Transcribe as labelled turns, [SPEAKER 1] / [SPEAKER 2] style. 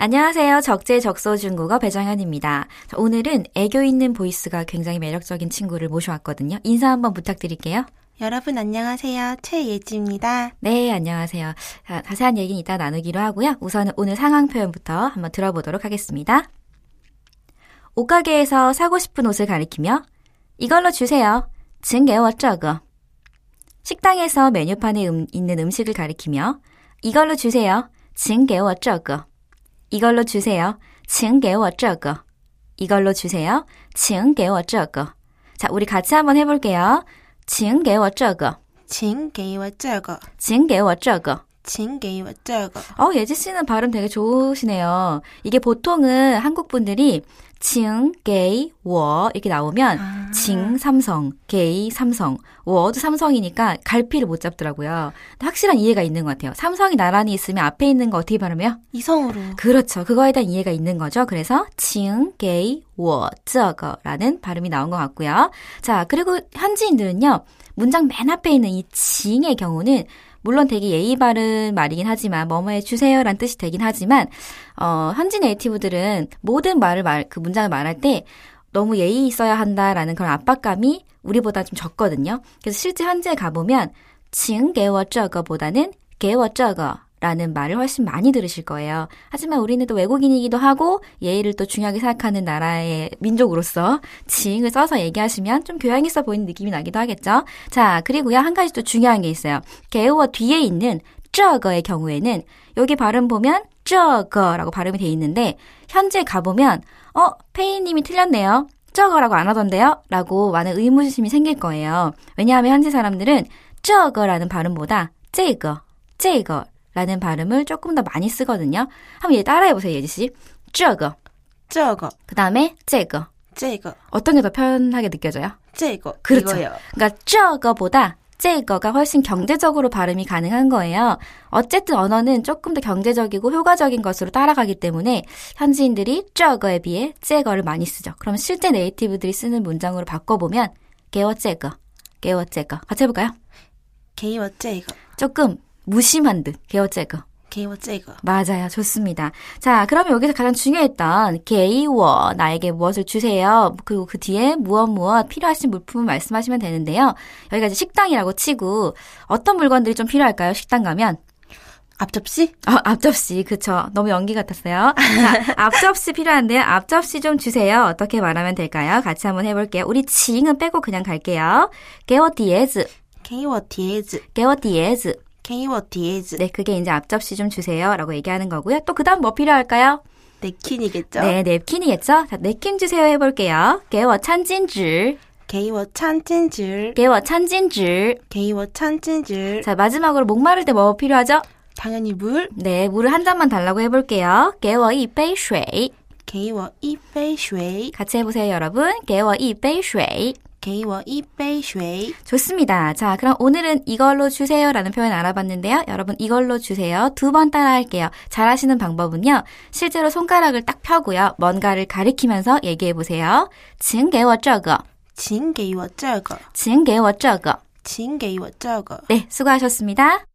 [SPEAKER 1] 안녕하세요. 적재적소 중국어 배정현입니다. 자, 오늘은 애교 있는 보이스가 굉장히 매력적인 친구를 모셔왔거든요. 인사 한번 부탁드릴게요.
[SPEAKER 2] 여러분 안녕하세요. 최예지입니다.
[SPEAKER 1] 네, 안녕하세요. 아, 자, 자세한 얘기는 이따 나누기로 하고요. 우선은 오늘 상황 표현부터 한번 들어보도록 하겠습니다. 옷가게에서 사고 싶은 옷을 가리키며 이걸로 주세요. 증개워 저거. 식당에서 메뉴판에 음- 있는 음식을 가리키며 이걸로 주세요. 증개워 저거. 이걸로 주세요. 증개워 저거. 이걸로 주세요. 증개워 저거. 자, 우리 같이 한번 해볼게요. 증개워 저거.
[SPEAKER 2] 请给我这个,
[SPEAKER 1] 증개워 저거.
[SPEAKER 2] 请给我这个.
[SPEAKER 1] 어, 예지 씨는 발음 되게 좋으시네요. 이게 보통은 한국 분들이 징, 게이, 워 이렇게 나오면
[SPEAKER 2] 아.
[SPEAKER 1] 징 삼성, 게이 삼성, 워도 삼성이니까 갈피를 못 잡더라고요. 근데 확실한 이해가 있는 것 같아요. 삼성이 나란히 있으면 앞에 있는 거 어떻게 발음해요?
[SPEAKER 2] 이성으로.
[SPEAKER 1] 그렇죠. 그거에 대한 이해가 있는 거죠. 그래서 징, 게이, 워, 저거라는 발음이 나온 것 같고요. 자, 그리고 현지인들은요. 문장 맨 앞에 있는 이 징의 경우는 물론 되게 예의 바른 말이긴 하지만 뭐뭐해 주세요란 뜻이 되긴 하지만 어, 현지 네이티브들은 모든 말을 말 그 문장을 말할 때 너무 예의 있어야 한다라는 그런 압박감이 우리보다 좀 적거든요. 그래서 실제 현지에 가보면 징개워 저거보다는 개워 저거 라는 말을 훨씬 많이 들으실 거예요. 하지만 우리는 또 외국인이기도 하고 예의를 또 중요하게 생각하는 나라의 민족으로서 징을 써서 얘기하시면 좀 교양 있어 보이는 느낌이 나기도 하겠죠. 자, 그리고요 한 가지 또 중요한 게 있어요. 개워 뒤에 있는 저거의 경우에는 여기 발음 보면 저거라고 발음이 돼 있는데 현재 가보면 어 페이님이 틀렸네요. 저거라고 안 하던데요? 라고 많은 의무심이 생길 거예요. 왜냐하면 현재 사람들은 저거라는 발음보다 제거, 제거라는 발음을 조금 더 많이 쓰거든요. 한번 얘 따라해보세요, 예지씨. 저거,
[SPEAKER 2] 这个,
[SPEAKER 1] 그 다음에 제거.
[SPEAKER 2] 这个,
[SPEAKER 1] 어떤 게 더 편하게 느껴져요?
[SPEAKER 2] 这个.
[SPEAKER 1] 그렇죠.
[SPEAKER 2] 이거요.
[SPEAKER 1] 그러니까 저거보다 제거가 훨씬 경제적으로 발음이 가능한 거예요. 어쨌든 언어는 조금 더 경제적이고 효과적인 것으로 따라가기 때문에 현지인들이 저거에 비해 제거를 많이 쓰죠. 그럼 실제 네이티브들이 쓰는 문장으로 바꿔보면 개워 제거, 개워 제거. 같이 해볼까요?
[SPEAKER 2] 给我这个,
[SPEAKER 1] 조금 무심한 듯 개워 제거.
[SPEAKER 2] 给我这个.
[SPEAKER 1] 맞아요. 좋습니다. 자, 그러면 여기서 가장 중요했던 게이워 나에게 무엇을 주세요. 그리고 그 뒤에 무엇 무엇 필요하신 물품을 말씀하시면 되는데요. 여기가 이제 식당이라고 치고 어떤 물건들이 좀 필요할까요? 식당 가면
[SPEAKER 2] 앞접시?
[SPEAKER 1] 아, 앞접시 그쵸. 너무 연기 같았어요. 자, 앞접시 필요한데요. 앞접시 좀 주세요. 어떻게 말하면 될까요? 같이 한번 해볼게요. 우리 징은 빼고 그냥 갈게요. 게워 디에즈,
[SPEAKER 2] 给我碟子,
[SPEAKER 1] 게워 디에즈.
[SPEAKER 2] 给我碟子.
[SPEAKER 1] 네, 그게 이제 앞접시 좀 주세요라고 얘기하는 거고요. 또 그다음 뭐 필요할까요?
[SPEAKER 2] 냅킨이겠죠?
[SPEAKER 1] 네, 냅킨이겠죠? 자, 냅킨 주세요 해볼게요. 개워 찬진줄.
[SPEAKER 2] 给我餐巾纸,
[SPEAKER 1] 개워 찬진줄.
[SPEAKER 2] 给我餐巾纸.
[SPEAKER 1] 자, 마지막으로 목마를 때 뭐 필요하죠?
[SPEAKER 2] 당연히 물.
[SPEAKER 1] 네, 물을 한 잔만 달라고 해볼게요. 개워 이베이 쉐이.
[SPEAKER 2] 给我一杯水,
[SPEAKER 1] 같이 해보세요, 여러분. 개워 이베이 쉐이.
[SPEAKER 2] 给我一杯水.
[SPEAKER 1] 좋습니다. 자, 그럼 오늘은 이걸로 주세요라는 표현 알아봤는데요. 여러분, 이걸로 주세요. 두 번 따라 할게요. 잘 하시는 방법은요. 실제로 손가락을 딱 펴고요. 뭔가를 가리키면서 얘기해보세요. 증개워 저거.
[SPEAKER 2] 请给我这个,
[SPEAKER 1] 증개워 저거.
[SPEAKER 2] 请给我这个.
[SPEAKER 1] 네, 수고하셨습니다.